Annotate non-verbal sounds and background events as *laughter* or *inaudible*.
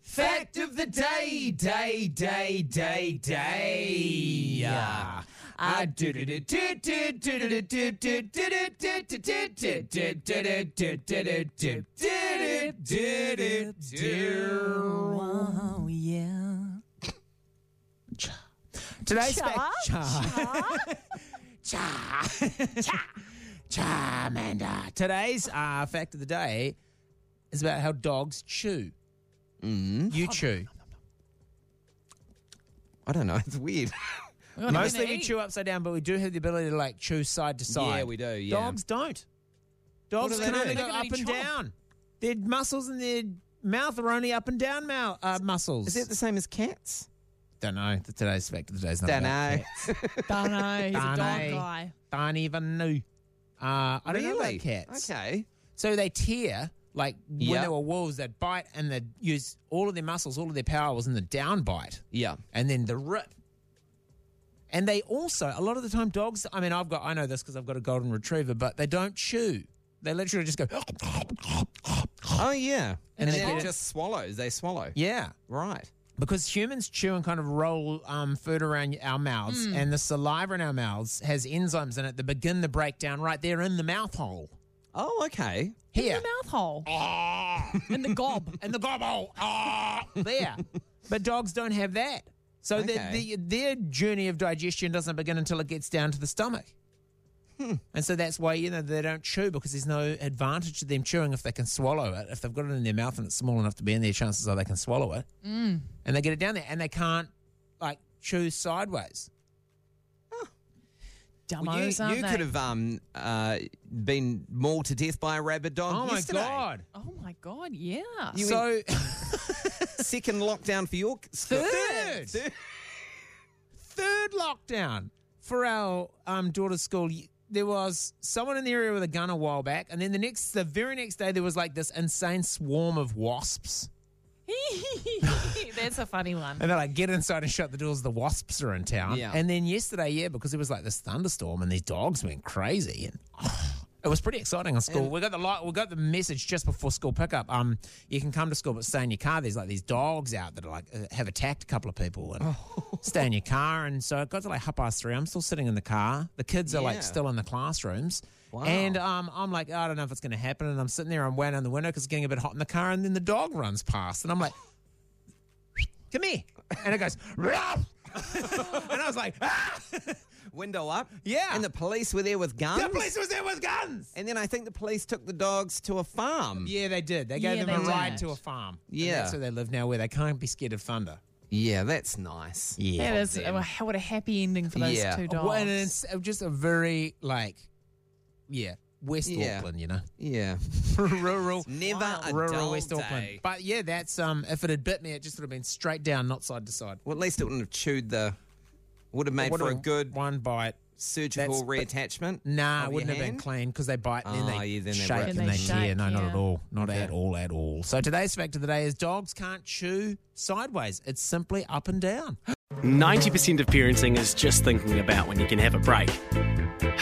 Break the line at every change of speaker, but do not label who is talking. Fact of the day, day, day, day, day. Ah, Oh yeah. Today's fact. Cha. Cha. Cha. Cha, Amanda. Today's uh, fact of the day is about how dogs chew. You chew.
I don't know. *laughs* It's weird.
Mostly we chew upside down, but we do have the ability to like chew side to side.
Yeah, we do, yeah.
Dogs don't. Dogs
do they
can
do?
only
They're
go
gonna
up
be
and
chomp.
down. Their muscles and their mouth are only up and down mouth uh, muscles.
Is it the same as cats?
Don't know. The today's fact of the day's not
Don't know. *laughs*
Don't know. He's
Dunno.
a dog
eh?
guy.
Don't even know. Uh, I don't know
really?
about cats.
Okay.
So they tear like when
Yeah.
they were wolves. They'd bite and they'd use all of their muscles, all of their power was in the down bite.
Yeah.
and then the rip. And they also, a lot of the time, dogs. I mean, I've got, I know this because I've got a golden retriever, but they don't chew. They literally just go,
Oh yeah. And,
they
then
did
it
it.
just swallows. They swallow.
yeah.
Right.
Because humans chew and kind of roll um, food around our mouths, and the saliva in our mouths has enzymes in it that begin the breakdown right there in the mouth hole.
Oh, okay.
Here.
The mouth hole.
Ah.
And the gob.
and the gobble ah, there. But dogs don't have that. So
Okay.
the, the, their journey of digestion doesn't begin until it gets down to the stomach.
Hmm.
And so that's why you know they don't chew because there's no advantage to them chewing if they can swallow it. If they've got it in their mouth and it's small enough to be in there, chances are they can swallow it. Mm. And they get it down there and they can't like chew sideways.
Dumbos,
Well, you
aren't
you
they?
could have um uh been mauled to death by a rabid dog.
Oh my
yesterday. *laughs*
god!
Oh my god, yeah.
You
so
went second lockdown for your *laughs*
Third. third lockdown for our um, daughter's school, y- there was someone in the area with a gun a while back, and then the next, the very next day, there was like this insane swarm of wasps,
That's a funny one.
and they're like, "Get inside and shut the doors. The wasps are in town."
Yeah.
And then yesterday, yeah, because it was like this thunderstorm, and these dogs went crazy, and oh, it was pretty exciting on school. we got the light, we got the message just before school pickup. Um, you can come to school, but stay in your car. There's like these dogs out that are like uh, have attacked a couple of people
*laughs*
and stay in your car. And so it got to like half past three. I'm still sitting in the car. The kids are
Yeah.
like still in the classrooms. And um, I'm like, I don't know if it's going to happen. And I'm sitting there, I'm waiting on the window because it's getting a bit hot in the car. And then the dog runs past, and I'm like, *laughs* "Come here!" And it goes, "Ruff!" *laughs* and I was like, "Ah!" *laughs*
Window up.
Yeah.
And the police were there with guns.
The police was there with guns.
And then I think the police took the dogs to a farm.
Yeah, they did. They gave
Yeah,
them a
they
ride
did.
to a farm. And
Yeah.
that's where they live now, where they can't be scared of thunder.
Yeah, that's nice.
That is
uh,
what a happy ending for those
Yeah.
two dogs.
Well, and it's just a very like, yeah, West
Yeah.
Auckland, you know,
Yeah.
*laughs* rural,
never a
rural
dull
West Auckland.
day.
But yeah, that's um, if it had bit me, it just would have been straight down, not side to side.
Well, at least it wouldn't have chewed the. Would have made
What
for a good
one bite.
surgical
That's-
reattachment.
Nah, it
of your
wouldn't have been
hand?
clean because they bite and then
Oh,
they
yeah, then they
shake
rip.
and
Then
they
they
tear.
shake,
No, not at
yeah.
all. Not at all, at all. So today's fact of the day is dogs can't chew sideways. It's simply up and down.
90% of parenting is just thinking about when you can have a break. *sighs*